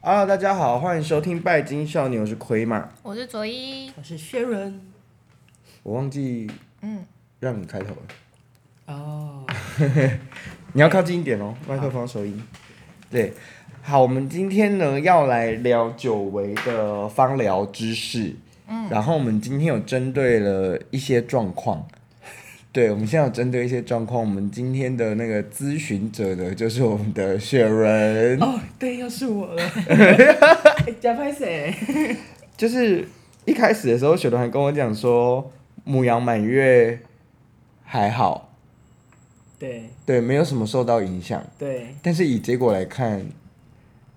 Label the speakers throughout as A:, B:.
A: Hello，大家好，欢迎收听《拜金少年》，我是奎马。
B: 我是卓一，
C: 我是薛仁。
A: 我忘记
B: 嗯，
A: 让你开头了，
C: 哦，
A: 你要靠近一点哦，麦克风收音。对，好，我们今天呢要来聊久违的芳疗知识。嗯，然后我们今天有针对了一些状况， 对，我们现在有针对一些状况。我们今天的那个咨询者呢，就是我们的雪人。
C: 哦，对，又是我了。 假拍谁？
A: 就是一开始的时候，雪伦还跟我讲说，母羊满月还好，
C: 对
A: 对，没有什么受到影响。
C: 对，
A: 但是以结果来看，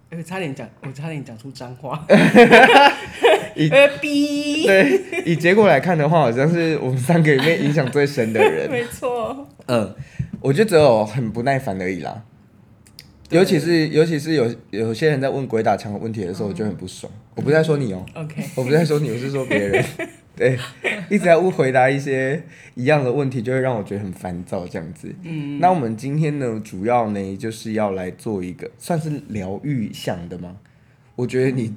C: 哎我差点讲，我差点讲出脏 话。
A: 一
C: 呃，逼，
A: 对，以结果来看的话，好像是我们三个里面影响最深的人。
C: 没错。
A: 嗯，我就只有很不耐烦而已啦。
C: 对
A: 尤其是尤其是有有些人在问鬼打墙的问题的时候，我就很不爽。我不是在说你哦、
C: 嗯 OK，
A: 我不是在说你，我是说别 人。对，一直在误回答一些一样的问题，就会让我觉得很烦躁这样子。嗯，那我们今天呢，主要呢就是要来做一个算是疗愈向的吗？我觉得 你，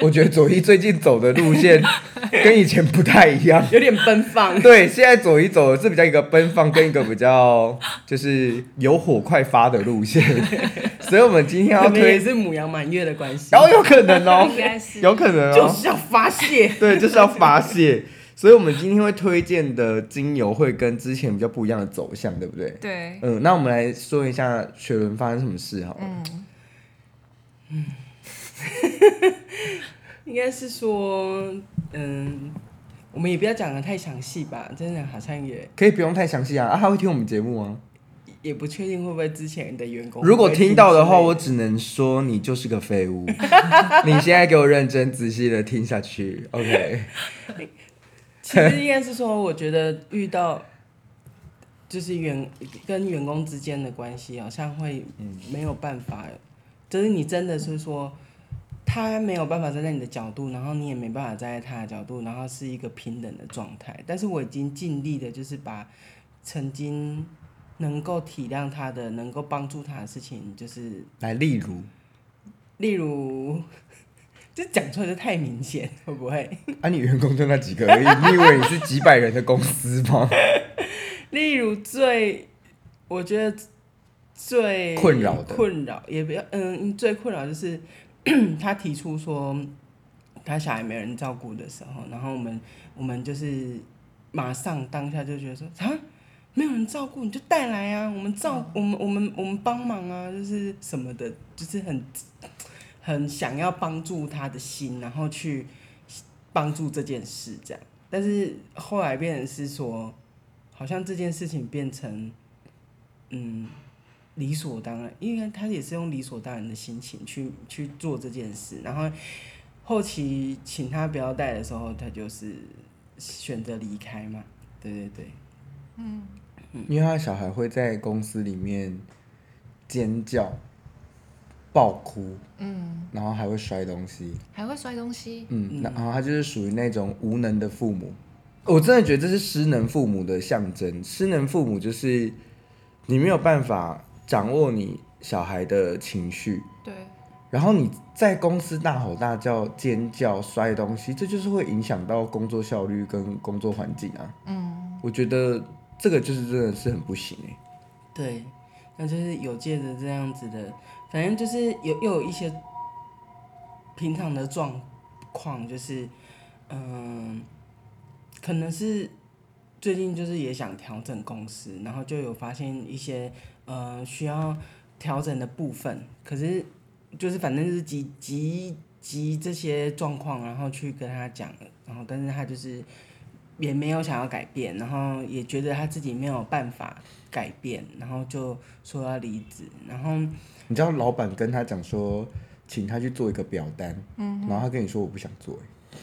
A: 我觉得左一最近走的路线跟以前不太一样。
C: 有点奔 放。
A: 对，现在左一走的是比较一个奔放，跟一个比较就是有火快发的路线，所以我们今天要
C: 可能也
A: 推，
C: 是母羊满月的关 系，
A: 然后有可能哦
B: 应、该是
A: 有可能哦、
C: 就是要发泄。
A: 对，就是要发泄。所以我们今天会推荐的精油会跟之前比较不一样的走向，对不对？
B: 对，
A: 嗯，那我们来说一下啊雪伦发生什么事好了。
B: 嗯，
C: 应该是说，嗯，我们也不要讲的太详细吧，真的好像也
A: 可以不用太详细啊，啊，他会听我们节目啊。
C: 也不确定会不会之前的员工
A: 如果
C: 会
A: 听到的
C: 之
A: 话，
C: 类
A: 我只能说你就是个废物。你现在给我认真仔细的听下去，OK？
C: 其实应该是说，我觉得遇到就是员跟员工之间的关系，好像会没有办法，就是你真的是说他没有办法站在你的角度，然后你也没办法站在他的角度，然后是一个平等的状态。但是我已经尽力的，就是把曾经能够体谅他的、能够帮助他的事情，就是
A: 来，例如
C: 例如。 这讲出来就太明显，会不会？
A: 啊，你员工就那几个而已， 你以为你是几百人的公司吗？
C: 例如最，我觉得最
A: 困扰的
C: 困扰也不要，嗯，最困扰就是 他提出说他小孩没人照顾的时候，然后我们我们就是马上当下就觉得说啊。没有人照顾，你就带来啊！我们照，
A: 嗯
C: 我们我们我们帮忙啊，就是什么的，就是很很想要帮助他的心，然后去帮助这件事这样。但是后来变成是说，好像这件事情变成，嗯，理所当然，因为他也是用理所当然的心情去去做这件事。然后后期请他不要带的时候，他就是选择离开嘛。对对对，
A: 因为他的小孩会在公司里面尖叫、爆哭，嗯，然后还会摔东西，
B: 还会摔东西，
A: 嗯，然后他就是属于那种无能的父母。我真的觉得这是失能父母的象征。失能父母就是你没有办法掌握你小孩的情绪，
B: 对，
A: 然后你在公司大吼大叫、尖叫、摔东西，这就是会影响到工作效率跟工作环境啊。
B: 嗯，
A: 我觉得这个就是真的是很不行哎、
C: 对，那就是有借着这样子的，反正就是有又有一些平常的状况，就是嗯，可能是最近就是也想调整公司，然后就有发现一些呃需要调整的部分，可是就是反正就是集集集这些状况，然后去跟他讲，然后但是他就是。也没有想要改变，然后也觉得他自己没有办法改变，然后就说要离职，然后
A: 你知道老板跟他讲说，请他去做一个表单，然后他跟你说我不想做、欸，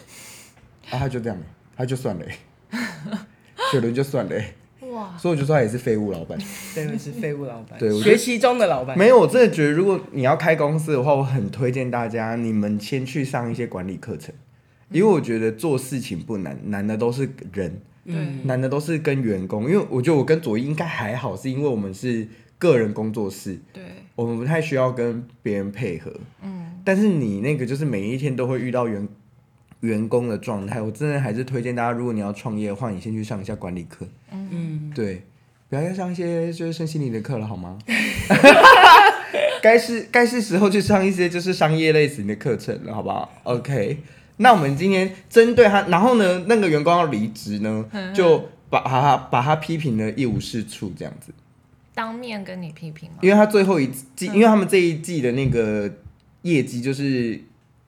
A: 啊，他就这样、欸，他就算了、欸， 雪伦就算了、欸，
B: 哇，
A: 所以我就说他也是废物老板。
C: 这位是废物老板，
A: 对我觉得
C: 学习中的老板，
A: 没有，我真的觉得如果你要开公司的话，我很推荐大家你们先去上一些管理课程，
C: 嗯
A: 因为我觉得做事情不难，难的都是人，
B: 对，
A: 难的都是跟员工。因为我觉得我跟左一应该还好，是因为我们是个人工作室，
B: 对，
A: 我们不太需要跟别人配合。嗯，但是你那个就是每一天都会遇到员员工的状态，我真的还是推荐大家，如果你要创业的话，你先去上一下管理课。嗯，对，不要再上一些就是身心灵的课了，好吗？ 该是该是时候去上一些就是商业类型的课程了，好不好？OK，那我们今天针对他，然后呢，那个员工要离职呢，就把他把他批评的一无是处，这样子。
B: 当面跟你批评吗？
A: 因为他最后一
C: 嗯
A: 季，因为他们这一季的那个业绩就是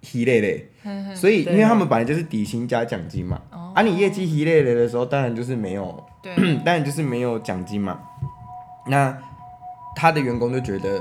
A: 稀累
C: 嗯
A: 累，所以因为他们本来就是底薪加奖金嘛，
C: 哦
A: 啊，你业绩稀累累的时候，当然就是没有，嗯
B: 对，
A: 当然就是没有奖金嘛。那他的员工就觉得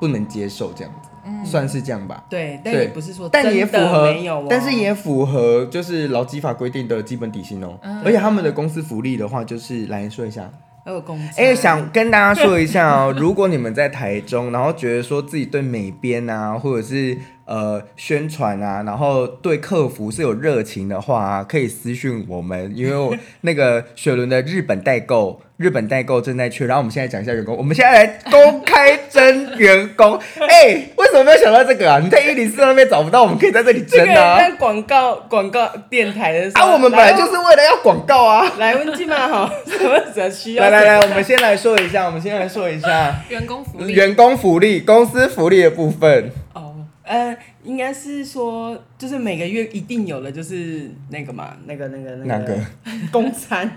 A: 不能接受这样子，算是这样吧。
C: 对，但
A: 对
C: 也不是说
A: 但
C: 嗯哦真
A: 也符
C: 的
A: 合
C: 没有、哦，，
A: 但是也符合就是劳基法规定的基本底薪哦、
C: 嗯
A: 而且他们的公司福利的话，就是来说一下，
C: 还有工资。
A: 哎、想跟大家说一下哦， 如果你们在台中，然后觉得说自己对美编啊，或者是呃宣传啊，然后对客服是有热情的话、啊，可以私讯我们，因为我那个雪伦的日本代购， 日本代购正在缺。然后我们现在讲一下员工，我们现在来公开征员 工。哎、为什么没有想到这个啊？你在一零四那边找不到，我们可以在这里
C: 这
A: 征
C: 个
A: 啊。
C: 在广告广告电台的时候，
A: 啊，我们本来就是为了要广告啊。
C: 来问金嘛好，什么只需要
A: 来来来，我们先来说一下，我们先来说一下。
B: 员工福
A: 嗯
B: 利，
A: 员工福利、公司福利的部分，
C: 哦，呃，应该是说，就是每个月一定有的，就是那个嘛，那个那个那
A: 哪个
C: 公餐，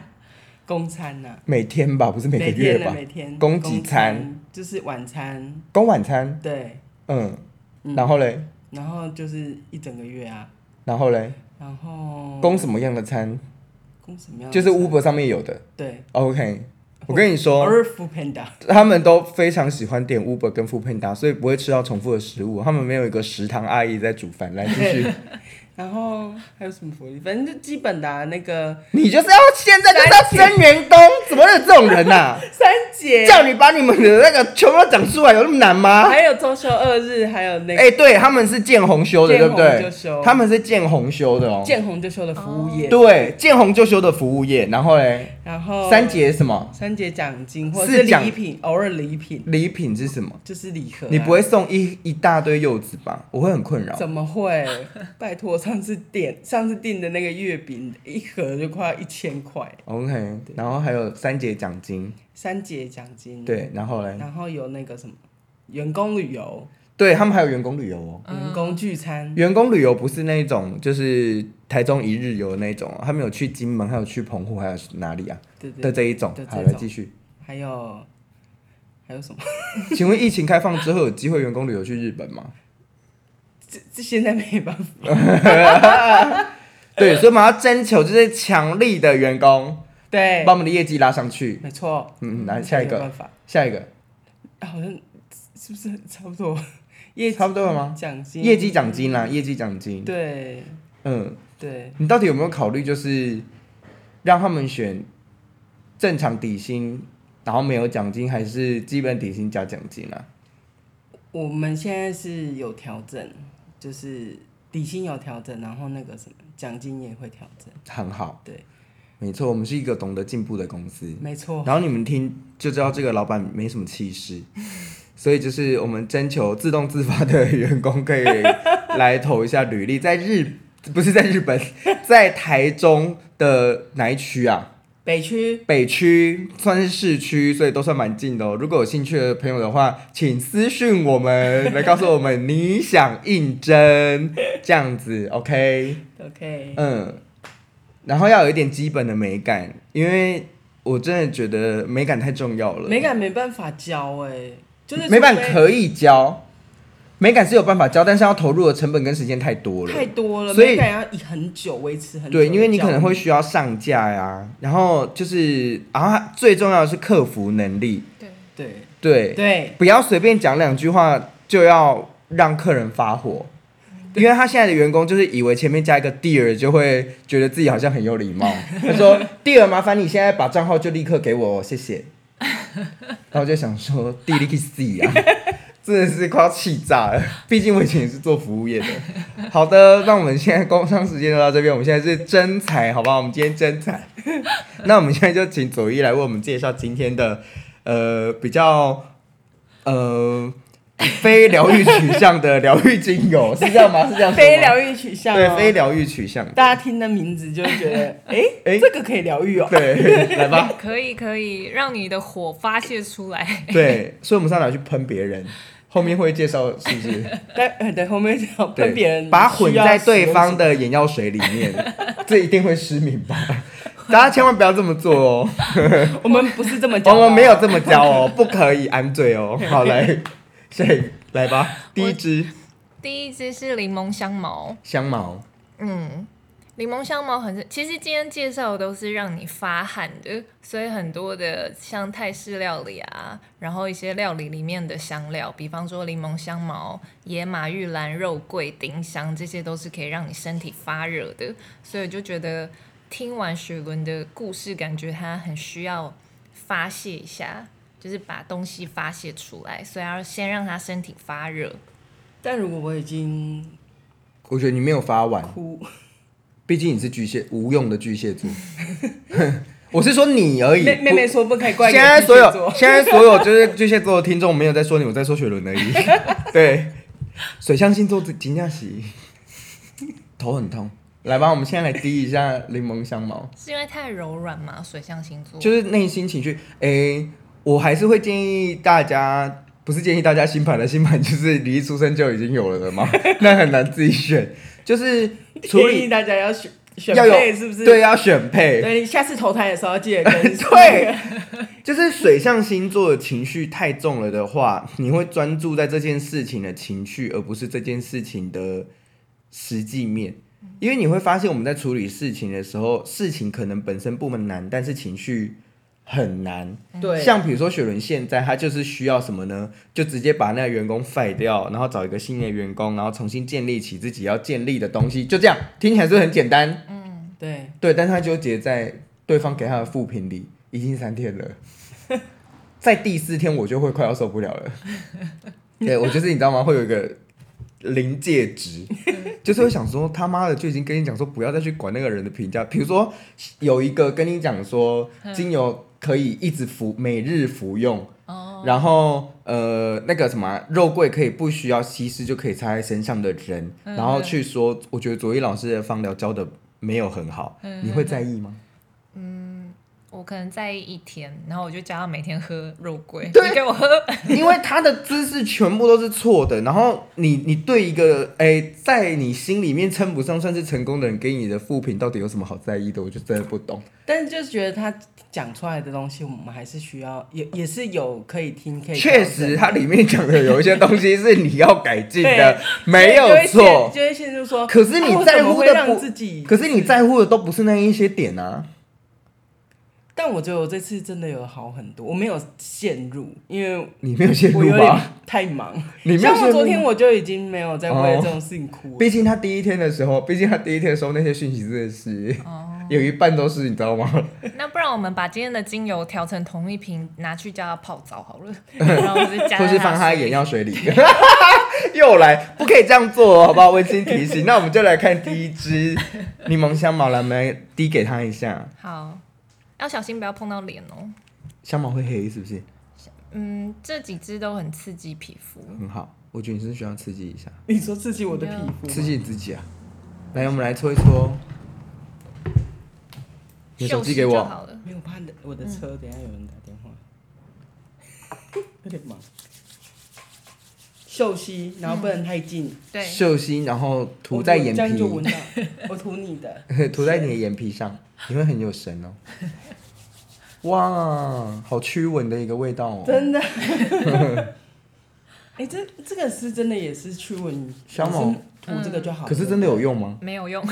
C: 公餐呐、
A: 每天吧，不是每个月
C: 天的
A: 吧？
C: 每天
A: 供给餐
C: 就是晚餐，
A: 供晚餐，
C: 对，
A: 嗯，
C: 嗯
A: 然后嘞，
C: 然后就是一整个月啊，
A: 然后嘞，
C: 然后
A: 供什么样的餐？
C: 供什么样的
A: 就
C: 餐？
A: 是 Uber 上面有的。
C: 对，
A: OK，我
C: 哦
A: 跟你说
C: 偶，尔 f o o Panda，
A: 他们都非常喜欢点 Uber 跟 f o o p a n d a 所以不会吃到重复的食物。他们没有一个食堂阿姨在煮饭。来，继续，
C: 然后还有什么福利？反正就基本的、啊、那个
A: 你就是要现在就是要争员工，怎么会有这种人呐、
C: 三节，
A: 叫你把你们的那个全部都讲出来，有那么难吗？
C: 还有周休二日，还有那
A: 啊哎、
C: 个
A: 对，他们是见红修的，对
C: 见
A: 不
C: 红
A: 对
C: 就休？
A: 他们是见红修的哦。
C: 见红就休的服务业，
A: 对，见红就休的服务业，然后嘞，
C: 然后
A: 三节什么
C: 三节奖金或者
A: 是
C: 是
A: 奖
C: 礼品，偶尔礼品
A: 礼品是什么？
C: 就是礼盒啊、
A: 你不会送一一大堆柚子吧？我会很困扰。
C: 怎么会？ 拜托，上次点上次订的那个月饼一盒就快要一千块，
A: OK，然后还有三节奖金，
C: 三节奖金，，
A: 对，然后嘞，
C: 然后有那个什么员工旅游、
A: 对他们还有员工旅游哦。
C: 员工聚餐，
A: 员工旅游不是那种，就是台中一日游的那种哦，他们有去金门，还有去澎湖，还有哪里啊？
C: 对对
A: 的这一种
C: 的。这
A: 好，来
C: 种
A: 继续。
C: 还有还有什么？
A: 请问疫情开放之后，有机会员工旅游去日本吗？
C: 这这现在没办法，哎
A: 对，所以我们要征求就是强力的员工，
C: 对
A: 把，我们的业绩拉上去。
C: 没错，
A: 嗯，来下一
C: 没
A: 个
C: 办，法，
A: 下一个，
C: 好像是不是差不多？业 绩
A: 差不多了吗？
C: 奖金，
A: 业绩奖金啦，业绩奖金。
C: 对
A: 嗯，
C: 对，
A: 你到底有没有考虑就是让他们选正常底薪，然后没有奖金，还是基本底薪加奖金啊？
C: 我们现在是有调整，就是底薪有调整，然后那个什么奖金也会调整。
A: 很好，
C: 对，
A: 没错，我们是一个懂得进步的公司。
C: 没错，
A: 然后你们听就知道这个老板没什么气势，所以就是我们征求自动自发的员工可以来投一下履历，在日不是在日本，在台中的哪一区啊？
C: 北区
A: 北区算是市区，所以都算蛮近的哦。如果有兴趣的朋友的话，请私讯我们来告诉我们你想应征这样子，OK？
C: ，OK，
A: 嗯，然后要有一点基本的美感，因为我真的觉得美感太重要了。
C: 美感没办法教哎、就是
A: 美感
C: 除非
A: 可以教，美感是有办法教，但是要投入的成本跟时间太多了。
C: 太多了，
A: 所以
C: 美感要以很久维持很久
A: 对，
C: 的教育。
A: 因为你可能会需要上架呀、然后就是，然后它最重要的是客服能力，
B: 对，
C: 对
A: 对，
C: 对
A: 不要随便讲两句话就要让客人发火，因为他现在的员工就是以为前面加一个 dear 就会觉得自己好像很有礼貌。他说 dear，麻烦你现在把账号就立刻给我，谢谢。然后我就想说 d i l i c 啊，真的是快要气炸了。毕竟我以前也是做服务业的。 好的，那我们现在工商时间就到这边，我们现在是真 才，好不好？我们今天真才。那我们现在就请左一来为我们介绍今天的呃比较呃非疗愈取向的疗愈精油，是这样吗？是 这样说吗
C: 非疗愈取向、哦，
A: 对非疗愈取向，
C: 大家听的名字就会觉得， 哎、
A: 哎
C: 这个可以疗愈哦。
A: 对，来吧，
B: 可以可以，让你的火发泄出来。
A: 对，所以我们上哪去喷别人？后面会介绍是不是？
C: 但呃对，后面要
A: 对
C: 跟别人
A: 把混
C: 需要
A: 在对
C: 使
A: 方
C: 用
A: 的眼药水里面，这一定会失明吧？ 大家千万不要这么做哦，
C: 什么，我们不是这么
A: 我
C: 讲的哦，
A: 们没有这么教哦，不可以安醉 哦。好，来，下一来吧，第一支
B: 第一支是柠檬香茅，
A: 香茅，
B: 嗯，柠檬香茅很，其实今天介绍的都是让你发汗的，所以很多的像泰式料理啊，然后一些料理里面的香料，比方说柠檬香茅、野马玉兰、肉桂、丁香，这些都是可以让你身体发热的，所以就觉得听完雪伦的故事，感觉他很需要发泄一下。就是把东西发泄出来，所以要先让他身体发热。
C: 但如果我已经
A: 我觉得你没有发完，
C: 哭，
A: 毕竟你是巨蟹，无用的巨蟹 座。我是说你而已，
C: 妹妹
A: 不
C: 妹说不可以怪
A: 现在所有
C: 有
A: 现在所有就是巨蟹座的听众没有在说你，我在说雪伦而已。 对，水象星座金佳喜，头很痛。来吧，我们现在来滴一下柠檬香茅，
B: 是因为太柔软吗？水象星座
A: 就是内心情绪。诶、我还是会建议大家，不是建议大家新盘的新盘，就是你一出生就已经有了的 嘛，那很难自己选。就是处
C: 建
A: 理
C: 议大家要选选
A: 要有
C: 配，是不是？
A: 对，要选配。
C: 对，你下次投胎的时候要记 得跟
A: 对就是水象星座的情绪太重了的话，你会专注在这件事情的情绪，而不是这件事情的实际面。因为你会发现，我们在处理事情的时候，事情可能本身不难，但是情绪很难。
C: 对，
A: 像比如说雪伦现在，他就是需要什么呢？就直接把那个员工 fire 掉，然后找一个新的员工，然后重新建立起自己要建立的东西，就这样，听起来是不是很简单。
C: 对，
A: 对，但他纠结在对方给他的负评里，已经三天了， 在第四天我就会快要受不了了。对，我就是你知道吗？会有一个临界值，就是会想说他妈的就已经跟你讲说不要再去管那个人的评价。比如说有一个跟你讲说精油可以一直服每日服用，
C: 哦
A: 然后呃那个什么啊肉桂可以不需要稀释就可以擦在身上的人，
C: 嗯
A: 然后去说我觉得卓一老师的芳疗教的没有很好，
C: 嗯
A: 你会在意吗？
B: 我可能在意一天，然后我就叫他每天喝肉桂，
A: 对
B: 你给我喝，
A: 因为他的姿势全部都是错的，然后你你对一个哎、在你心里面称不上算是成功的人给你的负评，到底有什么好在意的？我就真的不懂。
C: 但是就是觉得他讲出来的东西，我们还是需要，也也是有可以听，可以
A: 确
C: 调整
A: 实，
C: 的
A: 它里面讲的有一些东西是你要改进的
C: 对，
A: 没有
C: 就会
A: 错
C: 陷。就会陷入说，
A: 可是你
C: 啊我
A: 在
C: 怎么
A: 乎
C: 会
A: 的不
C: 让自己，
A: 可是你在乎的都不是那一些点啊。
C: 但我觉得我这次真的有好很多，我没有陷入，因为
A: 你没有陷
C: 我
A: 入
C: 有点
A: 吧？
C: 太忙。
A: 你没有
C: 像
A: 陷
C: 我
A: 入哦
C: 昨天我就已经没有再为了这种事情哭了。
A: 毕竟他第一天的时候，毕竟他第一天的时候那些讯息真的是、有一半都是你知道吗？
B: 那不然我们把今天的精油调成同一瓶，拿去叫他泡澡好 了，然后就加
A: 或
B: 在
A: 是放他
B: 他
A: 眼药水里。 又来，不可以这样做哦，好不好？温馨提醒。那我们就来看第一支柠檬香茅，来，我们来滴给他一下。
B: 好，要小心不要碰到脸哦。
A: 香茅会黑是不是？
B: 嗯，这几支都很刺激皮肤，
A: 很好，我觉得你是需要刺激一下，
C: 你说刺激我的 皮肤吗，
A: 刺激你自己啊。来，我们来搓一搓。你的手机给
B: 秀息就
A: 我，
B: 好了。
C: 没有怕的，我的车等一下有人打电话，有点忙。嗅吸，然后不能太近，
B: 对，
A: 秀心，然后涂
C: 我
A: 在眼
C: 这样就闻
A: 皮，
C: 到， 我涂你的，
A: 涂在你的眼皮上，你会很有神哦。哇，好驱蚊的一个味道哦。
C: 真的。哎、这这个是真的也是驱蚊，
A: 香茅
C: 我是涂这个就好了、
A: 可是真的有用吗？
B: 没有用，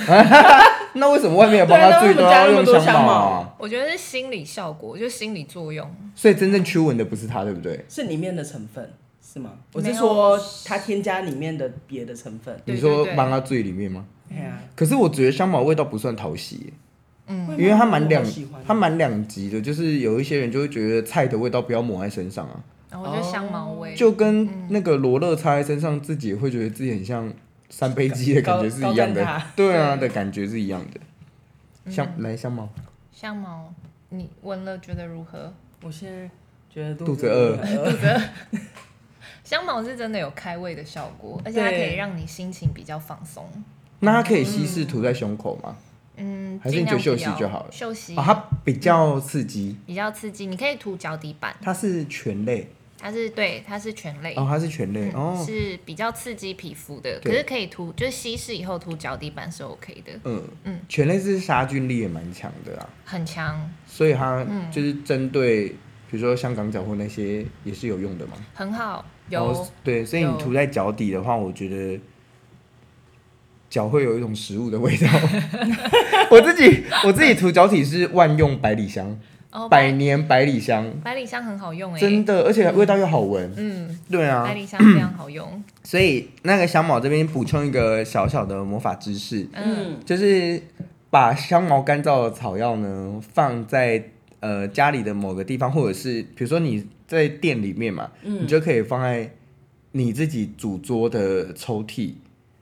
A: 那为什么外面的帮他最都要用香茅啊？
B: 我觉得是心理效果，就是心理作用。
A: 所以真正驱蚊的不是他，对不对？
C: 是里面的成分是吗？我
B: 没有
C: 是说它添加里面的别的成分。
B: 对
A: 你说
B: 对对
A: 帮他最里面吗？
C: 哎呀、
A: 可是我觉得香茅味道不算讨喜耶，
C: 会吗
A: 嗯因为它蛮两
C: 我好喜欢，
A: 它蛮两极的，就是有一些人就会觉得菜的味道不要抹在身上啊，
B: 然后就香茅味，
A: 就
B: 嗯
A: 跟那个罗勒擦在身上，自己也会觉得自己很像三杯鸡的感觉是一样
C: 高高蛋
A: 的，对啊的感觉是一样的。
B: 嗯
A: 香来香茅，
B: 香茅，你闻了觉得如何？
C: 我现在觉得
A: 肚子
C: 子
A: 饿
C: 饿，
B: 香茅是真的有开胃的效果，而且它可以让你心情比较放松。
A: 那它可以稀释涂在胸口吗？
B: 嗯，
A: 还是你
B: 尽量
A: 就休
B: 不
A: 息
B: 要
A: 就好了
B: 休息
A: 啊，它比较刺激，
B: 比较刺激，你可以涂脚底板，
A: 它是醛类，
B: 它是对，它是全类。
A: 哦，它是醛类，
B: 嗯
A: 哦，
B: 是比较刺激皮肤的，可
A: 对
B: 是可以涂，就是稀释以后涂脚底板是 OK 的，
A: 嗯
B: 嗯
A: 醛类是杀菌力也蛮强的啦，
B: 很强，
A: 所以它
B: 嗯
A: 就是针对，比如说香港脚或那些也是有用的嘛。
B: 很好，
A: 然
B: 有
A: 后对，所以你
B: 有
A: 涂在脚底的话，我觉得脚会有一种食物的 味道。我自己我自己涂脚底是万用百里香，
B: 哦，
A: 百
B: 百
A: 年百里香，
B: 百里香很好用哎、
A: 真的，而且味道又好闻。
B: 嗯，
A: 对啊
B: 百，里香非常好用，
A: 所以那个香茅这边补充一个小小的魔法知识，
B: 嗯，
A: 就是把香茅干燥的草药呢放在呃家里的某个地方，或者是比如说你在店里面嘛，你就可以放在你自己主桌的抽屉，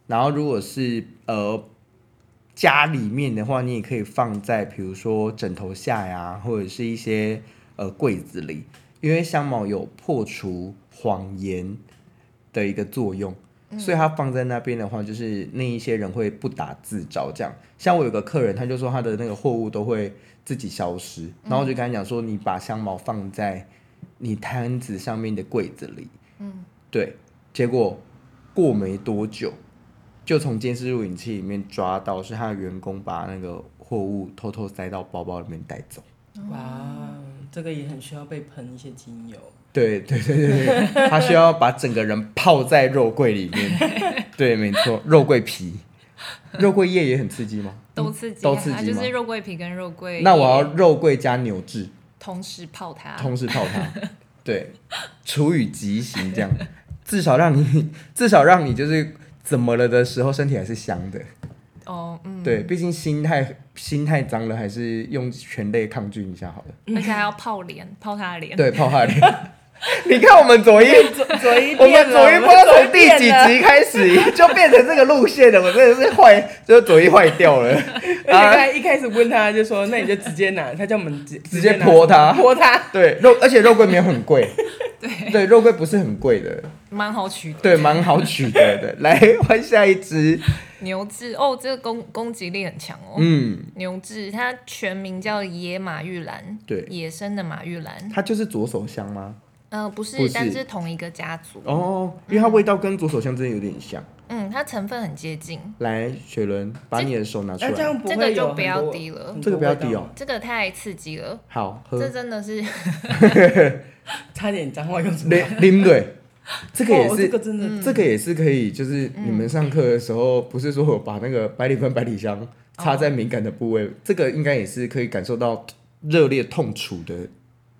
A: 然后如果是呃家里面的话，你也可以放在比如说枕头下呀，或者是一些呃柜子里，因为香茅有破除谎言的一个作用。所以它放在那边的话，就是那一些人会不打自招这样。像我有个客人，他就说他的那个货物都会自己消失，然后我就跟他讲说，你把香茅放在你摊子上面的柜子里，
B: 嗯，
A: 对。结果过没多久，就从监视录影器里面抓到是他的员工把那个货物偷偷塞到包包里面带走。
C: 哇，这个也很需要被喷一些精油。
A: 对对对对对，他需要把整个人泡在肉桂里面。对，没错，肉桂皮，肉桂叶也很刺激吗？
B: 都刺激、啊，
A: 嗯都刺激吗
B: 它就是肉桂皮跟肉桂，
A: 那我要肉桂加牛至，
B: 同时泡它，
A: 同时泡它，对，处以极刑这样，至少让你至少让你就是怎么了的时候，身体还是香的。
B: 哦，嗯，
A: 对，毕竟心态心态脏了，还是用全类抗菌一下好了。
B: 而且还要泡脸，泡它的脸，
A: 对，泡哈脸。 你看我 们左一，
C: 左一
A: 我们
C: 变了
A: 左一不知道从第
C: 变
A: 几
C: 了
A: 集开始就变成这个路线了，我真的是坏，就是左一坏掉了。
C: 而且
A: 啊
C: 刚才一开始问他就说，那你就直接拿，他叫我们直
A: 直接
C: 拿
A: 泼他
C: 泼他。
A: 对，肉而且肉桂没有很贵，对对，肉桂不是很贵的，
B: 蛮好取的。
A: 对，蛮好取得的。来换下一支，
B: 牛至哦，这个攻攻击力很强哦。
A: 嗯，
B: 牛至它全名叫野马玉兰，
A: 对
B: 野生的马玉兰。
A: 它就是左手香吗？
B: 嗯、不是，
A: 不是
B: 但是同一个家族。
A: 哦，因为它味道跟左手香真的有点像。
B: 嗯，它成分很接近，
A: 来，雪伦，把你的手拿出
C: 那这
A: 来，
C: 样不
B: 这个
C: 会
B: 就
C: 有
B: 不
C: 很
B: 要
C: 多
B: 滴了
C: 很
A: 这个
C: 多
A: 不要
C: 味道
A: 滴哦，
B: 这个太刺激了，
A: 好喝
B: 这，真的是
C: 差点脏话用出来。
A: 林林蕊，这个也
C: 哦
A: 是
C: 这个真的
B: 嗯
A: 这个也是可以，就是你们上课的时候，不是说我把那个百里芬、百里香插在敏感的部位，这个应该也是可以感受到热烈痛楚的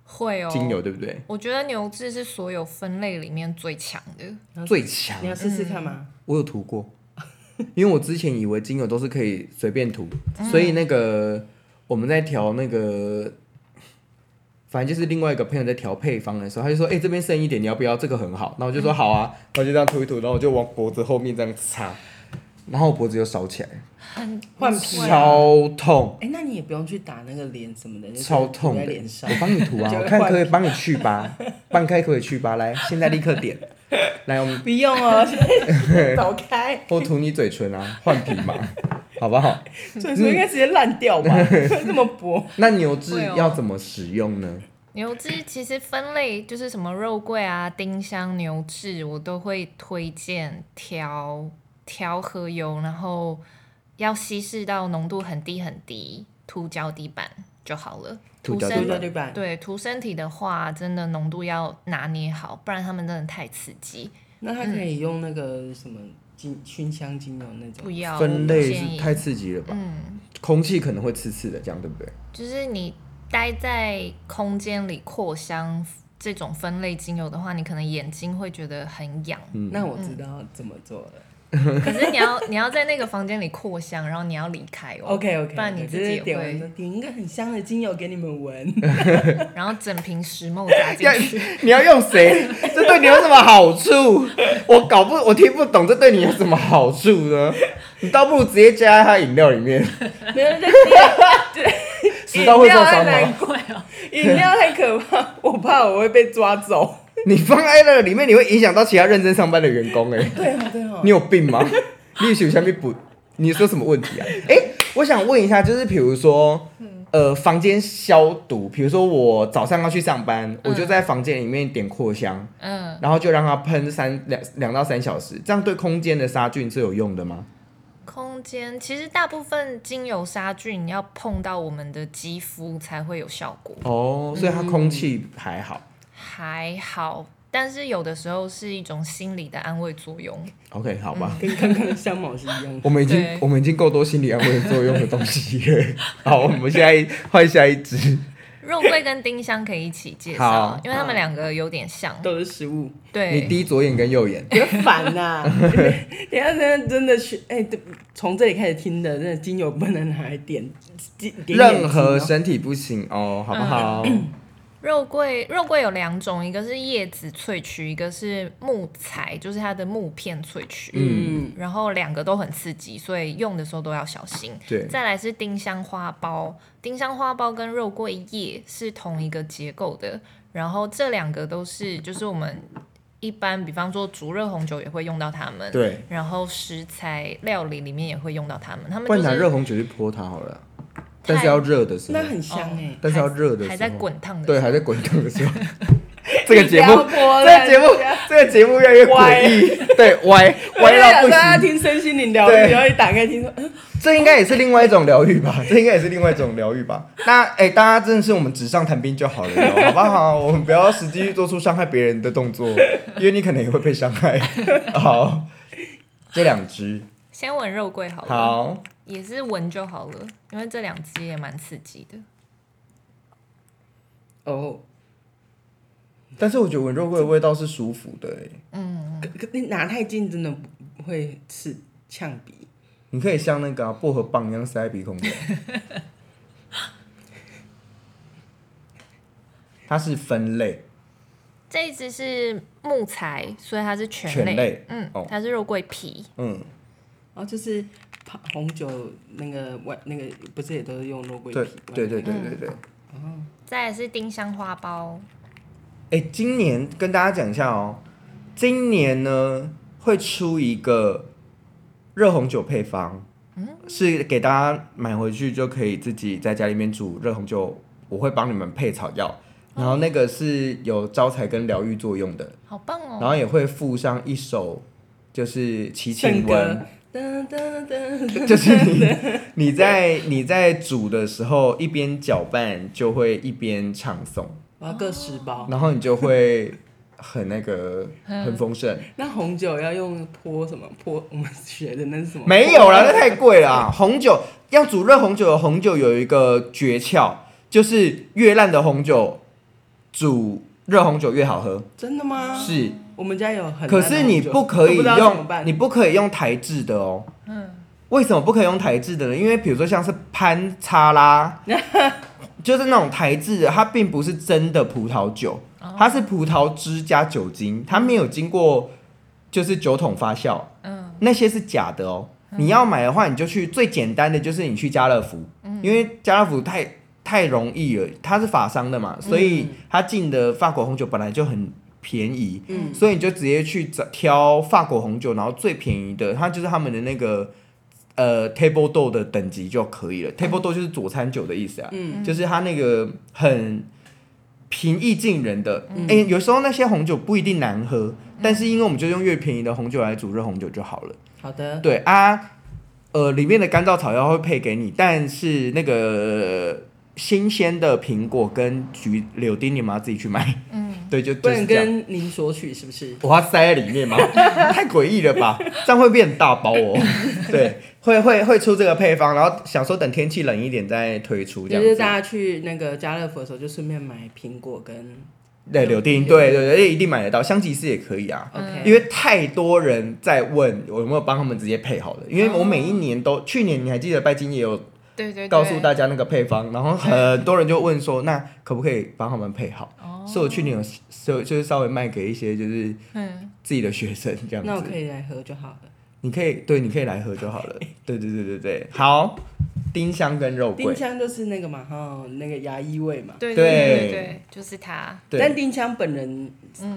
B: 会哦。
A: 精油，对不对？
B: 我觉得牛至是所有分类里面最强的。
A: 最强
C: 你，要试试看吗？
A: 我有涂过， 因为我之前以为精油都是可以随便涂，所以那个我们在调那个。反正就是另外一个朋友在调配方的时候，他就说：“哎、这边剩一点，你要不要？这个很好。”然后我就说：“好啊。”然后就这样涂一涂，然后我就往脖子后面这样擦，然后我脖子就烧起来了。
C: 换皮啊。
A: 嗯超痛，
C: 哎，那你也不用去打那个脸什么的，就是
A: 超
C: 涂
A: 痛
C: 在
A: 的
C: 脸。上
A: 我。帮你涂啊，
C: 就会
A: 我看可不可以
C: 换
A: 帮你去 疤，帮开可不可以去疤？来，现在立刻点。 来，我们
C: 不用 哦，走开。
A: 我涂你嘴唇啊，换皮 嘛，好不好？
C: 所以说应该直接烂掉吧，这么薄。
A: 那牛至
B: 会哦
A: 要怎么使用呢？
B: 牛至其实分类就是什么肉桂啊、丁香、牛至，我都会推荐调调和油，然后要稀释到浓度很低很低，涂脚底板就好了。
A: 涂脚底
C: 对
B: 身
A: 板
C: 对对吧？
B: 对涂身体的话，真的浓度要拿捏好，不然它们真的太刺激。
C: 那它可以用那个什么精熏香精油那
B: 不
C: 种。
B: 要
A: 分
B: 我不
A: 类
B: 建
A: 是
B: 议
A: 太刺激了吧？
B: 嗯，
A: 空气可能会刺刺的，这样对不对？
B: 就是你待在空间里扩香这种分类精油的话，你可能眼睛会觉得很痒。
A: 嗯
C: 那我知道怎么做了。
B: 嗯可是你要你要在那个房间里扩香，然后你要离开哦。
C: OK OK，
B: 不然你自己也
C: 点完
B: 会
C: 说，点一个很香的精油给你们闻。
B: 然后整瓶石墨加进去。
A: 你要用谁？这对你有什么好处？我搞不，我听不懂，这对你有什么好处呢？你倒不如直接加在他饮料里面，
C: 没有，就
A: 食道会受伤
C: 饮料
A: 吗
C: 很？贵哦，饮料太可怕，我怕我会被抓走。
A: 你放在那个里面，你会影响到其他认真上班的员工哎、
C: 对啊，对 啊
A: 你，有病吗？你有下面补，你说什么问 题啊？哎、我想问一下，就是比如说，呃，房间消毒，比如说我早上要去上班，我就在房间里面点扩香，
B: 嗯，
A: 然后就让它喷三两两到三小时，这样对空间的杀菌是有用的吗？
B: 空间其实大部分精油杀菌要碰到我们的肌肤才会有效果，
A: 哦，所以它空气还好。
B: 还好。但是有的时候是一种心理的安慰作用，
A: 嗯 OK，好吧。
C: 跟刚刚的香茅是一样的。
A: 我们已经
B: 嗯对
A: 我们已经够多心理安慰作用的东西 了。好，我们现在换下一支。
B: 肉桂跟丁香可以一起介
A: 好
B: 绍，因为它们两个有点像。
C: 都是食物，
A: 你
B: 对，
A: 滴左眼跟右眼，
C: 别烦呐！ 等一下，等一下，真的去，哎、对从这里开始听的，那精油不能拿来点，点点眼睛哦
A: 任何身体不行哦，好不好？
B: 嗯肉桂肉桂有两种，一个是叶子萃取，一个是木材，就是它的木片萃取。
C: 嗯，
B: 然后两个都很刺激，所以用的时候都要小心。
A: 对，
B: 再来是丁香花苞，丁香花苞跟肉桂叶是同一个结构的，然后这两个都是就是我们一般，比方说煮热红酒也会用到它们，
A: 对，
B: 然后食材料理里面也会用到它们，它们
A: 不然
B: 就
A: 拿
B: 是
A: 热红酒去泼它好了，但是要热的时候
C: 那，很香哎、
A: 但是要热的
B: 哦还
A: 时
B: 在
A: 候，
B: 滚烫的，
A: 哦对，还在滚动的 时候。这个节
C: 你不
A: 目
C: 要，播
A: 这
C: 了
A: 个节目
C: 人家，
A: 这个节目越来越
C: 歪
A: 诡异，对， 歪歪到不
C: 大家
A: 行。
C: 听身心灵疗
A: 对
C: 愈，然后一打开听说，嗯，
A: 这应该也是另外一种疗愈吧？这应该也是另外一种疗愈吧？那哎、大家真的是我们纸上谈兵就好了哟，好不好？我们不要实际去做出伤害别人的动作，因为你可能也会被伤害。 好，这两只
B: 先闻肉桂好了，
A: 好，
B: 也是闻就好了，因为这两支也蛮刺激的。
C: 哦，
A: 但是我觉得闻肉桂的味道是舒服的、欸，
C: 可可你拿太近真的不会刺呛鼻。
A: 你可以像那个啊、薄荷棒一样塞在鼻孔里。它是分类，
B: 这一支是木材，所以它是全
A: 全类
B: 嗯，
A: 哦
B: 它是肉桂皮，
A: 嗯，
C: 然后哦就是泡红酒那个外那个不是也都是用肉桂皮
A: 对
C: 吗？
A: 对对对对对。
B: 再来是丁香花苞，
A: 哎、今年跟大家讲一下哦，今年呢会出一个热红酒配方，是给大家买回去就可以自己在家里面煮热红酒，我会帮你们配草药，然后那个是有招财跟疗愈作用的，
B: 好棒哦！
A: 然后也会附上一首就是齐
C: 圣
A: 秦文
C: 歌，，噔噔噔，
A: 就是你 你在你在煮的时候一边搅拌就会一边唱诵，
C: 我要各十包。
A: 然后你就会很那个很丰盛。
C: 那红酒要用泼什么泼？我们学的那是什么？
A: 没 有啦，那太贵了啊、红酒要煮热红酒的红酒有一个诀窍，就是越烂的红酒煮热红酒越好喝。
C: 真的吗？
A: 是，
C: 我们家有很烂的
A: 可
C: 红酒。
A: 是你不可以
C: 我知道怎么
A: 用，
C: 办
A: 你不可以用台制的哦。
B: 嗯，
A: 为什么不可以用台制的呢？因为比如说像是潘叉 拉，就是那种台制的，它并不是真的葡萄酒，
C: 哦
A: 它是葡萄汁加酒精，它没有经过就是酒桶发酵，
B: 嗯，
A: 那些是假的哦。
C: 嗯
A: 你要买的话，你就去最简单的，就是你去家乐福，
C: 嗯
A: 因为家乐福太太容易了，它是法商的嘛，所以它进的法国红酒本来就很便宜，
C: 嗯
A: 所以你就直接去找挑法国红酒，然后最便宜的，它就是他们的那个呃 table d o 的等级就可以了。table d o 就是佐餐酒的意思啊，
C: 嗯
A: 就是它那个很平易近人的。诶，有时候那些红酒不一定难喝，但是因为我们就用越便宜的红酒来煮热红酒就好了。
C: 好的，
A: 对啊，呃，里面的干燥草药会配给你，但是那个。新鲜的苹果跟橘柳丁，你们要自己去买。嗯，对，就
C: 不
A: 就是
C: 能
A: 这样。
C: 跟您索取是不是？
A: 我要塞在里 面吗？太诡异了吧！这样会变很大包哦。对，会会会出这个配方，然后想说等天气冷一点再推出这
C: 就
A: 样
C: 是
A: 子
C: 大。家去那个家乐福的时候，就顺便买苹果跟
A: 对，柳丁，对对对，一定买得到，香吉士也可以啊。
C: OK，
A: 因为太多人在问我有没有帮他们直接配好的，因为我每一年都，
C: 哦
A: 去年你还记得拜金也有
B: 对对对，
A: 告诉大家那个配方，然后很多人就问说，那可不可以帮他们配好？
B: 哦，
A: 所以我去年有就就是稍微卖给一些就是
B: 嗯，
A: 自己的学生这样子。
C: 那我可以来喝就好了。
A: 你可以对，你可以来喝就好了。对对对对对，好，丁香跟肉
C: 丁
A: 桂，
C: 香就是那个嘛，哈、那个牙医味嘛。
B: 对
A: 对
B: 对对，就是他。
C: 但
A: 对，
C: 丁香本人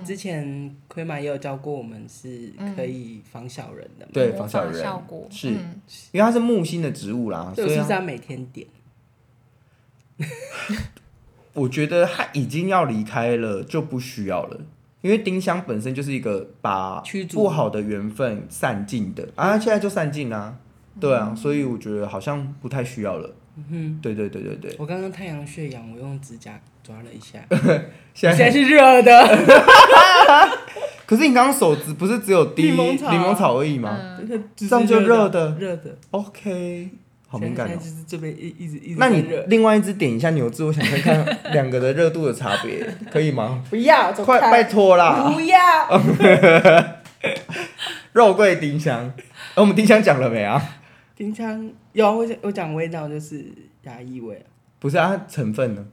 C: 之前奎玛也有教过我们是可以防小人的嘛，
A: 对
B: 模
A: 防小
B: 仿
A: 人
B: 效果
A: 是
B: 嗯
A: 因为它是木星的植物啦，所
C: 所以我
A: 以啊它
C: 是不是要每天点？
A: 我觉得他已经要离开了，就不需要了。因为丁香本身就是一个把
C: 驱逐
A: 不好的缘分散尽的啊，现在就散尽啦、对啊，
C: 嗯
A: 所以我觉得好像不太需要了。嗯，对对对对对，
C: 我刚刚太阳穴痒，我用指甲抓了一下，
A: 现
C: 现在
A: 在
C: 是 热的，
A: 可是你刚刚手指不是只有滴
C: 柠檬草啊
A: 柠檬草而已吗、
B: 嗯
C: 这
A: 这样就热的
C: 热的，
A: o k 好敏感哦
C: 现在。就是这边一一直一直
A: 那
C: 在
A: 你
C: 热，
A: 另外一只点一下牛至，我想看看两个的热度的差别， 可以吗？
C: 不要，走
A: 快
C: 开
A: 拜托啊啦，
C: 不要，
A: 肉桂丁香，哎、我们丁香讲了没啊？
C: 丁香有啊我讲我讲味道就是牙医味啊，
A: 不是啊，成分呢？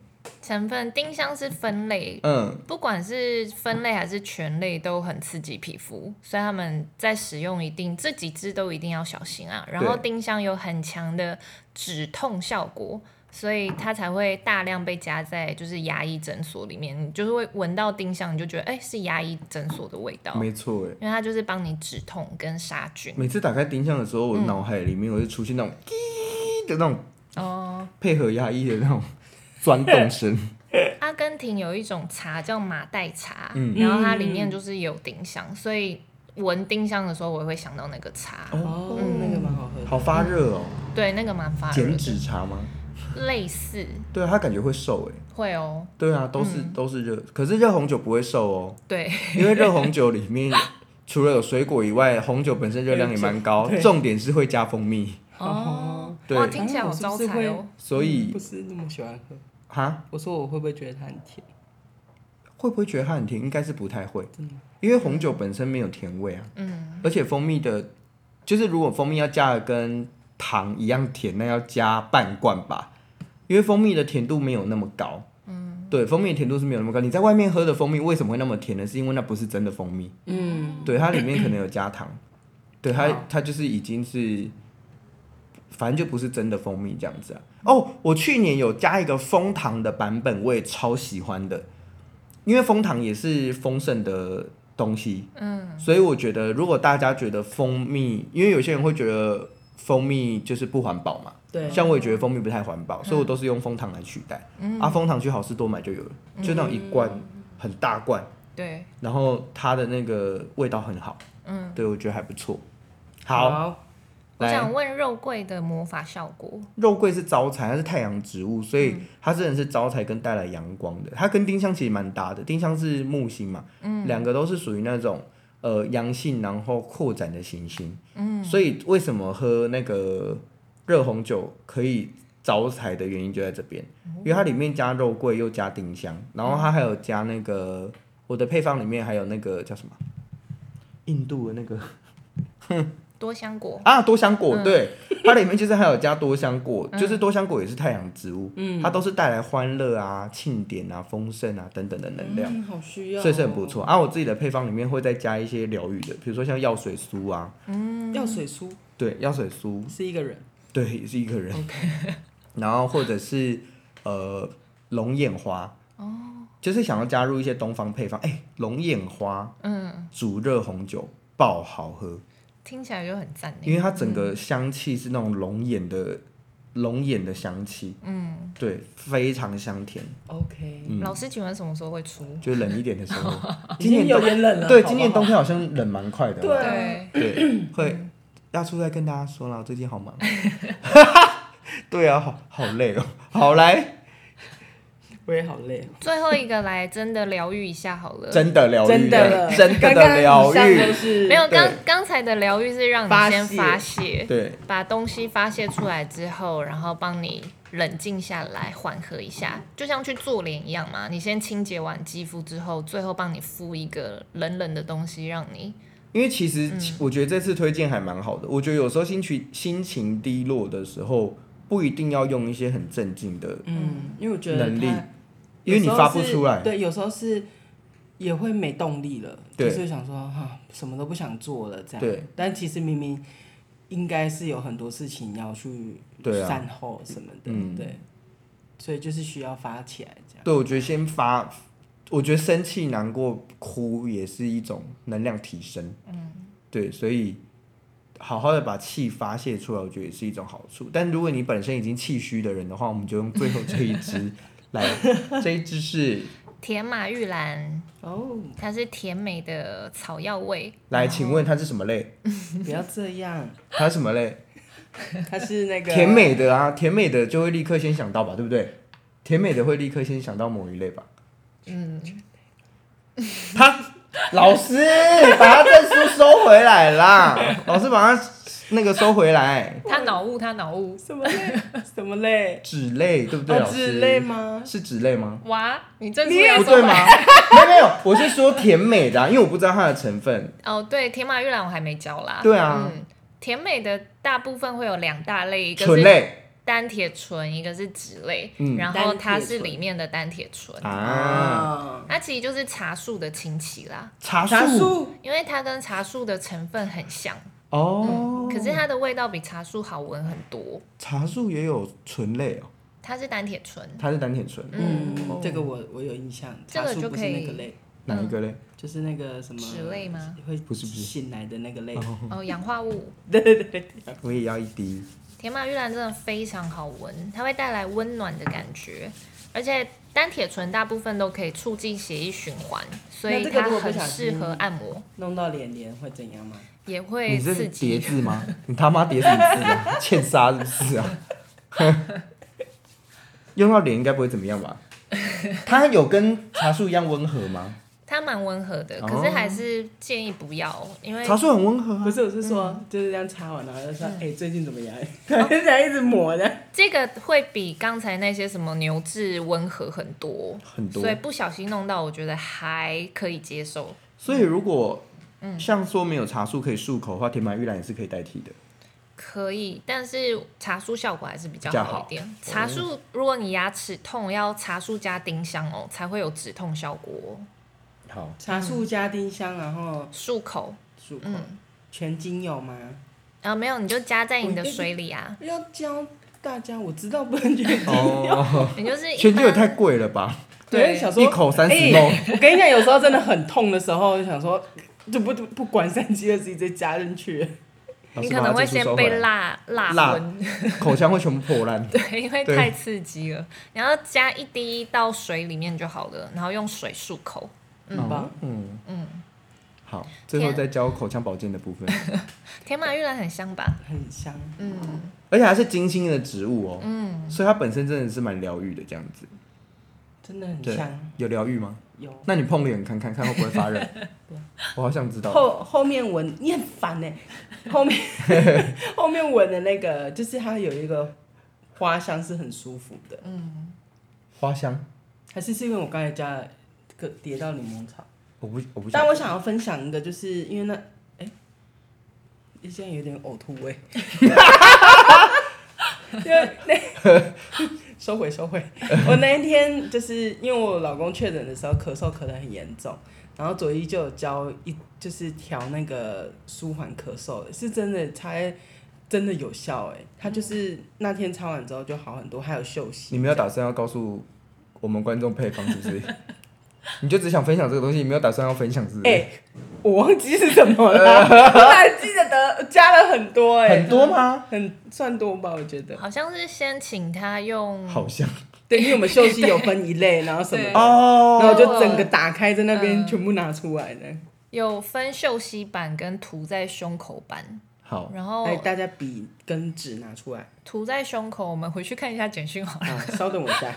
B: 成分丁香是分类，
A: 嗯，
B: 不管是分类还是醛类都很刺激皮肤，所以他们在使用一定这几支都一定要小心啊。然后
A: 对
B: 丁香有很强的止痛效果，所以它才会大量被加在就是牙医诊所里面，你就是会闻到丁香，你就觉得哎、是牙医诊所的味道，因
A: 没错哎。
B: 为它就是帮你止痛跟杀菌。
A: 每次打开丁香的时候，我脑海里面我就出现那种
C: 嗯
A: 滴的那种
B: 哦，
A: 配合压抑的那种 钻动声。
B: 阿根廷有一种茶叫马黛茶，
A: 嗯
B: 然后它里面就是有丁香，所以闻丁香的时候，我也会想到那个茶。
C: 哦，那个蛮好喝的，
A: 好发热哦，
B: 对，那个蛮发热
A: 减
B: 的，
A: 脂茶吗？
B: 类似
A: 对啊，它感觉会瘦哎。
B: 会哦，
A: 对啊，都是
C: 嗯
A: 都是热，可是热红酒不会瘦哦，
B: 对，
A: 因为热红酒里面除了有水果以外，红酒本身热量也蛮高，重点是会加蜂蜜，
B: 哦，
A: 对
B: 哇，听起来好招
C: 啊我是不
B: 财
C: 是
B: 哦
C: 会，
A: 所以
C: 不是那么喜欢喝。
A: 哈
C: 我说我会不会觉得它很甜？
A: 会不会觉得它很甜？应该是不太会，因为红酒本身没有甜味啊。
B: 嗯，
A: 而且蜂蜜的，就是如果蜂蜜要加的跟糖一样甜，那要加半罐吧，因为蜂蜜的甜度没有那么高。嗯，对，蜂蜜的甜度是没有那么高。你在外面喝的蜂蜜为什么会那么甜呢？是因为那不是真的蜂蜜，
C: 嗯，
A: 对，它里面可能有加糖，对它
C: 好
A: 它就是已经是，反正就不是真的蜂蜜这样子啊。哦，我去年有加一个枫糖的版本，我也超喜欢的，因为枫糖也是丰盛的东西，所以我觉得，如果大家觉得蜂蜜，因为有些人会觉得蜂蜜就是不环保嘛，
C: 对，
A: 像我也觉得蜂蜜不太环保，所以我都是用蜂糖来取代。啊，蜂糖去好事多买就有了，就那种一罐很大罐，
B: 对，
A: 然后它的那个味道很好，嗯，对我觉得还不错。好，啊
C: 好，
B: 我
A: 来
B: 想问肉桂的魔法效果，
A: 肉桂是招财，它是太阳植物，所以它真的是招财跟带来阳光的。它跟丁香其实蛮搭的，丁香是木星嘛，两个都是属于那种呃阳性然后扩展的行星，嗯，所以为什么喝那个热红酒可以招财的原因就在这边，因为它里面加肉桂又加丁香，然后它还有加那个我的配方里面还有那个叫什么印度的那个
B: 多香果，
A: 啊，多香果，对，它里面就是还有加多香果，就是多香果也是太阳植物，它都是带来欢乐啊、庆典啊、丰盛啊等等的能量，
C: 嗯，好需要，
A: 所以是很不。错。啊，我自己的配方里面会再加一些疗愈的，比如说像药水酥啊，
C: 药水酥
A: 对，药水酥，
C: 是一个人，
A: 对，也是一个人， 然后或者是呃龙眼花，哦，就是想要加入一些东方配方，哎，龙眼花
B: 嗯，
A: 煮热红酒爆好喝，
B: 听起来就很赞
A: 因为
B: 耶，
A: 它整个香气是那种龙眼的龙眼的香气，
B: 嗯，
A: 对，非常香甜。
C: OK，
A: 嗯
B: 老师请问什么时候会出？
A: 就冷一点的时 候，
C: 已
A: 今
C: 经
A: 年
C: 有
A: 冬
C: 点冷了。
A: 对
C: 好不好
A: 今年冬天好像冷蛮快的
C: 对
A: 哦，
C: 啊
B: 对，
A: 对，会要出来跟大家说啦，我最近好 忙。对啊，好好累哦。好来，
C: 我也好累哦，
B: 最后一个来真的疗愈一下好了，
A: 真的疗愈
C: 呃真的了，
A: 真的
C: 刚刚
A: 的
C: 以
A: 疗
C: 上都
A: 愈，
C: 是
B: 没有刚
A: 对
B: 刚才的疗愈是让
C: 发
B: 你先
C: 泄
B: 发泄，
A: 对，
B: 把东西发泄出来之后，然后帮你冷静下来，缓和一下，就像去做脸一样嘛。你先清洁完肌肤之后，最后帮你敷一个冷冷的东西，让你
A: 因为其
C: 嗯
A: 实我觉得这次推荐还蛮好的。我觉得有时候心情心情低落的时候，不一定要用一些很镇静的
C: 嗯，因为我觉得
A: 能力
C: 它
A: 因为你发不出来
C: 有时候是对，有时候是也会没动力了，就
A: 对
C: 是想说哈、啊，什么都不想做了这样。
A: 对，
C: 但其实明明应该是有很多事情要去
A: 对啊
C: 善后什么的，
A: 嗯
C: 对，所以就是需要发起来这样。
A: 对，我觉得先发，我觉得生气、难过、哭也是一种能量提升。嗯，对，所以好好的把气发泄出来，我觉得也是一种好处。但如果你本身已经气虚的人的话，我们就用最后这一支 来，这一支是
B: 甜马玉兰，
C: 哦，
B: 它是甜美的草药味。
A: 来，请问它是什么类？
C: 不要这样，
A: 它是什么类？
C: 它是那个
A: 甜美的啊，甜美的就会立刻先想到吧，对不对？甜美的会立刻先想到某一类吧。嗯，他老师把他证书收回来啦，老师把他那个收回来，
B: 它脑雾，它脑雾。
C: 什么类 什么类？
A: 纸类对不对？
C: 哦
A: 老，师
C: 纸类吗？
A: 是纸类吗？
B: 哇，你证书
C: 你也
B: 要
A: 不
B: 收
A: 对
B: 回
A: 吗
B: 来？？
A: 没有没有，我是说甜美的、啊，因为我不知道它的成分。
B: 哦，对，甜马玉兰我还没教啦。
A: 对啊
B: 嗯，甜美的大部分会有两大类，一个
A: 醇
B: 是
A: 类
B: 单铁醇，一个是酯类。
A: 嗯
B: 然后它
C: 单铁
B: 是
C: 醇
B: 里面的单铁醇，
A: 啊，
C: 啊，
B: 它其实就是茶树的亲戚啦，
A: 茶
C: 茶
A: 树
C: 树
B: 因为它跟茶树的成分很像，
A: 哦，
B: 嗯可是它的味道比茶树好闻很多。
A: 茶树也有醇类哦，
B: 它是单铁醇，
A: 它是单甜醇，
C: 嗯，这个我我有印象，
B: 这
C: 茶
B: 个
C: 树
B: 就
C: 不
B: 可
C: 是
B: 以
C: 那个类，
A: 哪一个类？
C: 就是那个什么
B: 纸类吗？
C: 会
A: 不是不是
C: 醒来的那个类，
B: 哦，氧化物。
C: 对对对，
A: 我也要一滴。
B: 铁马玉兰真的非常好闻，它会带来温暖的感觉，而且单铁醇大部分都可以促进血液循环，所以
C: 那这个
B: 它
C: 如果不
B: 很
C: 小
B: 适
C: 心
B: 合按摩，
C: 弄到脸脸会怎样吗？
B: 也会
A: 你这
B: 刺
A: 是叠
B: 激。
A: 字吗？你他妈叠什么字 啊？欠杀是不是啊？ 用到脸应该不会怎么样吧？它有跟茶树一样温和吗？
B: 它蛮温和的，
A: 哦
B: 可是还是建议不要，因为
A: 茶树很温和
C: 不
A: 啊。
C: 是，我是说就是这样擦完，然后就说哎最近怎么样？ 然后就这样一直抹的，
B: 这个会比刚才那些什么牛至温和很多，
A: 很多
B: 所以不小心弄到，我觉得还可以接受。
A: 所以如果
B: 嗯
A: 像说没有茶树可以漱口的话，甜白玉兰也是可以代替的。
B: 可以，但是茶树效果还是比较
A: 比较
B: 好
A: 好哦
B: 一点。茶树，如果你牙齿痛，要茶树加丁香哦，才会有止痛效果哦、
A: 好，
C: 茶树加丁香，然后
B: 漱口，
C: 漱口，
B: 嗯，
C: 全精油吗？
B: 啊，没有，你就加在你的水里啊，
C: 要教大家，我知道不能全精油。
A: 哦，
B: 你就是一
A: 全
B: 般
A: 精油也太贵了吧？
C: 对，想说
A: 一口三十
C: 哎
A: ml
C: 我跟你讲，有时候真的很痛的时候，就想说就不不不管三七二十一，直接加进去。
A: 老
B: 你
A: 师
B: 可
A: 把
B: 能
A: 它
B: 会
A: 证书
B: 先
A: 收回
B: 被
A: 来，
B: 辣辣
A: 辣
B: 昏，
A: 口腔会全部破烂。
B: 对，因为
A: 对
B: 太刺激了。然后加一滴到水里面就好了，然后用水漱口。
C: 很棒，
A: 嗯嗯，好，最后
B: 啊
A: 再教口腔保健的部分。
B: 天马玉兰很香吧？
C: 很香。
B: 嗯，
A: 而且还是精心的植物哦，嗯，所以它本身真的是蛮疗愈的这样子，
C: 真的很
A: 对
C: 香，，
A: 有疗愈吗？
C: 有
A: 那你碰脸看看看会不会发 热？我好想知道，
C: 后后面闻你很烦呢、后面 后面闻的那个就是它有一个花香是很舒服的，
A: 花香，
C: 还是是因为我刚才加了个叠到柠檬草，
A: 我不我不想
C: 但，我想要分享一个，就是因为那哎、现在有点呕吐 味，因为那 收回收回，我那一天就是因为我老公确诊的时候咳嗽咳得很严重，然后佐伊就有教一就是调那个舒缓咳嗽的，是真的擦真的有效哎、他就是那天擦完之后就好很多，还有休息。
A: 你没有打算要告诉我们观众配方是不是？ 你就只想分享这个东西，你没有打算要分享是不
C: 哎、
A: 是？
C: 我忘记是什么了， 我还记得得加了很多哎、
A: 很多吗？
C: 很算多吧，我觉得。
B: 好像是先请他用
A: 好像
C: 对，因为我们休息有分一类，然后什么
B: 对
C: 的，
A: 哦，
C: 然后就整个打开在那边
B: 嗯
C: 全部拿出来的，
B: 有分嗅吸板跟涂在胸口板，
A: 好，
B: 然后
C: 来哎大家笔跟纸拿出 来。
B: 涂在胸口，我们回去看一下简讯好了。
C: 啊，稍等我一下，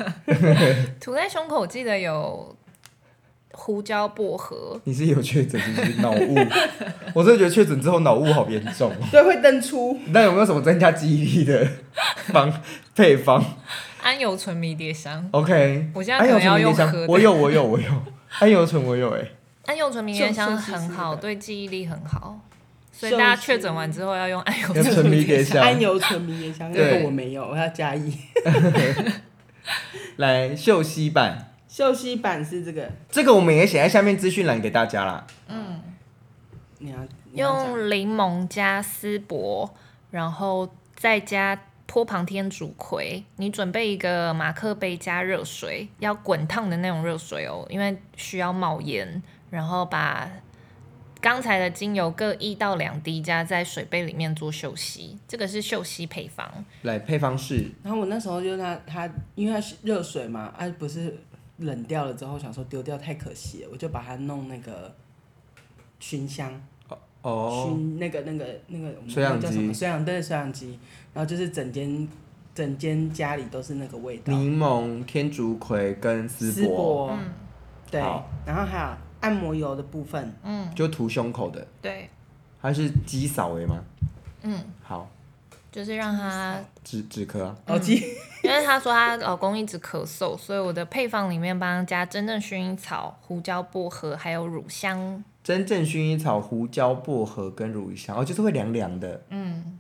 B: 涂在胸口，我记得有胡椒薄荷，
A: 你是有确诊是不是？脑 雾，我真的觉得确诊之后脑雾好严重哦。
C: 对，会登出。
A: 那有没有什么增加记忆力的方配方？
B: 安油醇迷迭香。
A: OK，
B: 我现在可能要用
A: 安油醇迷迭香
B: 喝的
A: 我有，我有，我有，安油醇我有、欸，
B: 安油醇迷迭香很好，
C: 就是
B: 对记忆力很好，所以
C: 就是
B: 大家确诊完之后要用安油
A: 要
B: 醇。
A: 纯迷迭
C: 安
A: 香。
C: 油醇迷迭香，
A: 对
C: 那个我没有，我要加一。
A: 来，秀息版，
C: 休息版是这个，
A: 这个我们也写在下面资讯栏给大家啦。
C: 你要你要讲
B: 用柠檬加丝柏，然后再加泼旁天竺葵。你准备一个马克杯加热水，要滚烫的那种热水哦，因为需要冒烟。然后把刚才的精油各一到两滴加在水杯里面做嗅吸，这个是嗅吸配方。
A: 来配方是
C: 然后我那时候就拿它，因为它是热水嘛，啊不是冷掉了之后，想说丢掉太可惜了，我就把它弄那个熏香，
A: 哦，
C: 熏那个那个那个我们
A: 水氧
C: 叫什么
A: 机
C: 水氧灯的水氧机，然后就是整间整间家里都是那个味道，
A: 柠檬、天竺葵跟丝
C: 丝
A: 柏，
C: 柏，对
A: 好，
C: 然后还有按摩油的部分，
A: 就涂胸口的，
B: 对，
A: 它是肌少诶吗？
B: 嗯，
A: 好，
B: 就是让它，
A: 止止咳啊，
C: 哦，鸡
B: 因为她说她老公一直咳嗽，所以我的配方里面帮她加真正薰衣草、胡椒薄荷还有乳香。
A: 真正薰衣草、胡椒、薄荷跟乳香，哦，就是会凉凉的，嗯，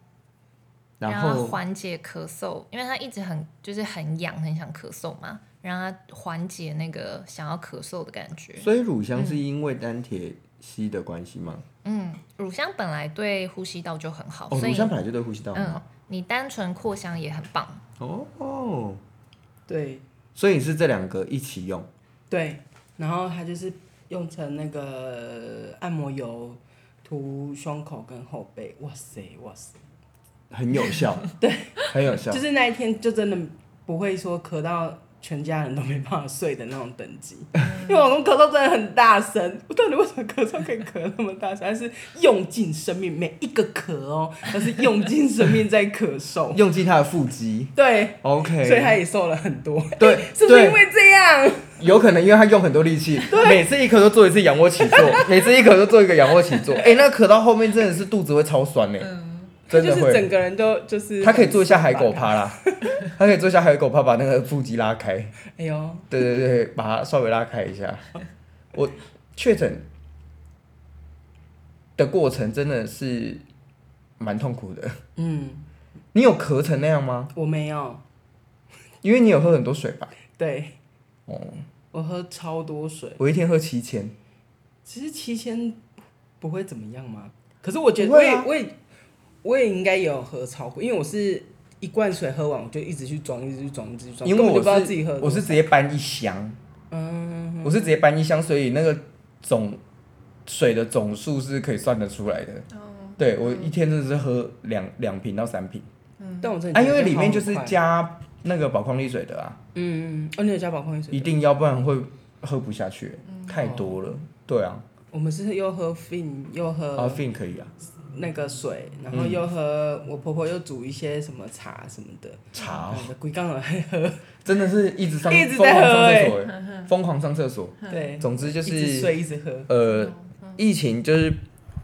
A: 然
B: 让他
A: 后
B: 缓解咳嗽，因为他一直很就是很痒，很想咳嗽嘛，让他缓解那个想要咳嗽的感觉。
A: 所以乳香是因为单铁烯的关系吗？
B: 嗯，乳香本来对呼吸道就很好，
A: 哦，
B: 所
A: 乳
B: 以
A: 香本来就对呼吸道很
B: 嗯
A: 好，
B: 你单纯扩香也很棒。
A: 哦哦，
C: 对
A: 所以你是这两个一起用，
C: 对，然后它就是用成那个按摩油涂胸口跟后背，哇塞哇塞。
A: 很有 效，对，很有效
C: 就，是那一天就真的不会说咳到全家人都没办法睡的那种等级，
A: 嗯
C: 因为我老公咳嗽真的很大声，我到底为什么咳嗽可以咳那么大声？他是用尽生命每一个咳哦，他是用尽生命在咳嗽，
A: 用尽它的腹肌
C: 对，所以他
A: ，OK，
C: 也瘦了很多，
A: 对，
C: 是不是因
A: 对，
C: 为这样？
A: 有可能因为他用很多力气，每次一咳都做一次仰卧起坐， 每次一咳都做一个仰卧起坐，哎，那咳到后面真的是肚子会超酸呢，
C: 他
A: 真
C: 嗯就
A: 的
C: 是
A: 会。
C: 整个人都就是
A: 他可以做一下海狗，趴 啦，他可以做一下海狗趴，把那个腹肌拉开。
C: 哎呦，
A: 对对对，把它稍微拉开一 下。我确诊的过程真的是蛮痛苦的。
C: 嗯，
A: 你有咳成那样吗？
C: 我没有，
A: 因为你有喝很多水吧？
C: 对
A: 哦，
C: 我喝超多水，
A: 我一天喝七千，
C: 其实七千不会怎么样嘛。可是我觉得
A: 不
C: 我
A: 会
C: 也、
A: 啊
C: 我也我也应该也有喝超过，因为我是一罐水喝完我就一直去装，一直去装，一直去装，
A: 因为
C: 根本就
A: 我
C: 不知道
A: 是
C: 自己喝了多
A: 我是
C: 少
A: 直接搬一箱，
C: 嗯
A: 我是直接搬一箱，所以那个总水的总数是可以算得出来的。对我一天真的是喝两两瓶到三瓶。
C: 但我真的
A: 啊，
C: 觉
A: 因
C: 得
A: 为里面就
C: 好
A: 是
C: 快
A: 加那个宝矿力水的啊，
C: 嗯嗯嗯哦，你有加宝矿力水
A: 一定要不然会喝不下去，
C: 嗯
A: 太多了。对啊，
C: 我们是又喝 fin 又
A: 阿
C: 喝
A: fin 可以啊，
C: 那个水，然后又喝、我婆婆又煮一些什么茶什么的，
A: 茶哦
C: 龟缸了还喝，
A: 真的是一直上，
C: 一直
A: 疯
C: 在
A: 狂
C: 喝
A: 上
C: 欸
A: 厕所欸，疯狂上厕所。
C: 对，
A: 总之就
C: 一直
A: 是
C: 睡一嗯直喝，
A: 呃，疫情就是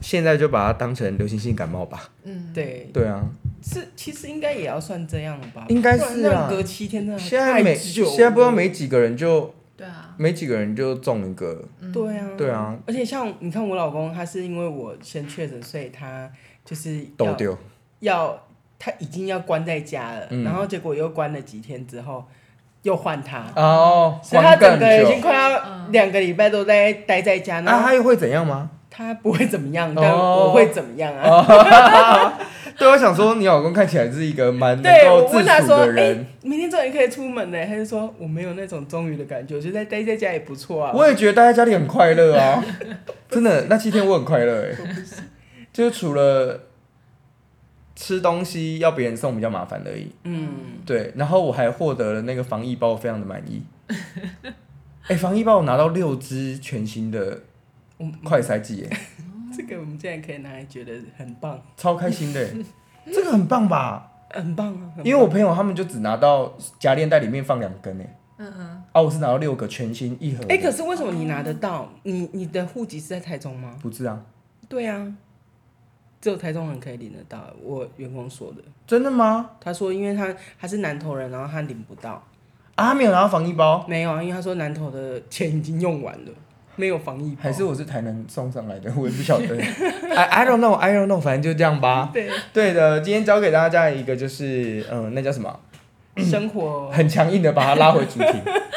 A: 现在就把它当成流行性感冒吧。
C: 对，
A: 对啊，
C: 是其实应该也要算这样吧，
A: 应该
C: 不然
A: 是
C: 那样
A: 啊
C: 隔七天真的
A: 现在
C: 太
A: 没
C: 久
A: 现在不知道
C: 了
A: 没几个人就
B: 对啊，
A: 没几个人就中一个，
C: 对啊，
A: 对啊，
C: 而且像你看我老公，他是因为我先确诊，所以他就是
A: 都
C: 要
A: 丢。
C: 要他已经要关在家了，
A: 嗯
C: 然后结果又关了几天之后，又换他，
A: 哦，
C: 所以他
A: 关更
C: 整个已经
A: 久。
C: 快要两个礼拜都在待在家，
A: 啊，
C: 然后
A: 他又会怎样吗？
C: 他不会怎么样，
A: 哦
C: 但我会怎么样啊？
A: 对，我想说，你老公看起来是一个蛮能
C: 对，我
A: 够自
C: 问他
A: 处
C: 说
A: 的：“
C: 哎、
A: 人。
C: 明天终于可以出门了。”他就说：“我没有那种终于的感觉，我觉得待待在家也不错啊。”
A: 我也觉得待在家里很快乐 啊，真的，那七天我很快乐哎、就是除了吃东西要别人送比较麻烦而已。
C: 嗯，
A: 对，然后我还获得了那个防疫包，我非常的满意。 哎、防疫包我拿到六支全新的
C: 我
A: 快筛剂、哎，
C: 这个我们竟然可以拿来觉得很棒，
A: 超开心的、 哎这个很棒吧？
C: 很棒啊！很
A: 因为我朋友他们就只拿到夹链袋里面放两根哎、嗯嗯，啊，我是拿到六个全新一盒的。
C: 哎、可是为什么你拿得到？你你的户籍是在台中吗？
A: 不是啊，
C: 对啊，只有台中人可以领得到。我员工说的，
A: 真的吗？
C: 他说因为他他是南投人，然后他领不到。
A: 啊，他没有拿到防疫包。
C: 没有啊，因为他说南投的钱已经用完了，没有防疫包
A: 还是我是台南送上来的，我也不晓得。I I don't know, I don't know，反正就这样吧。
C: 对
A: 对的，今天教给大呃家一个就是，嗯，那叫什么？
C: 生活
A: 很强硬的把它拉回主题。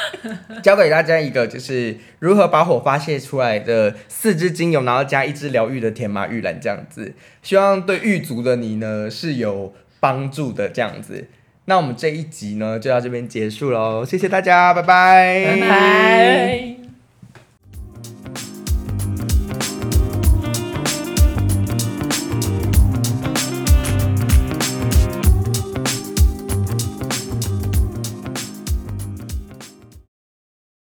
A: 教给大家一个就是如何把火发泄出来的四支精油，然后加一支疗愈的甜麻玉兰这样子，希望对狱卒的你呢是有帮助的这样子。那我们这一集呢就到这边结束喽，谢谢大家，拜拜
C: 拜拜。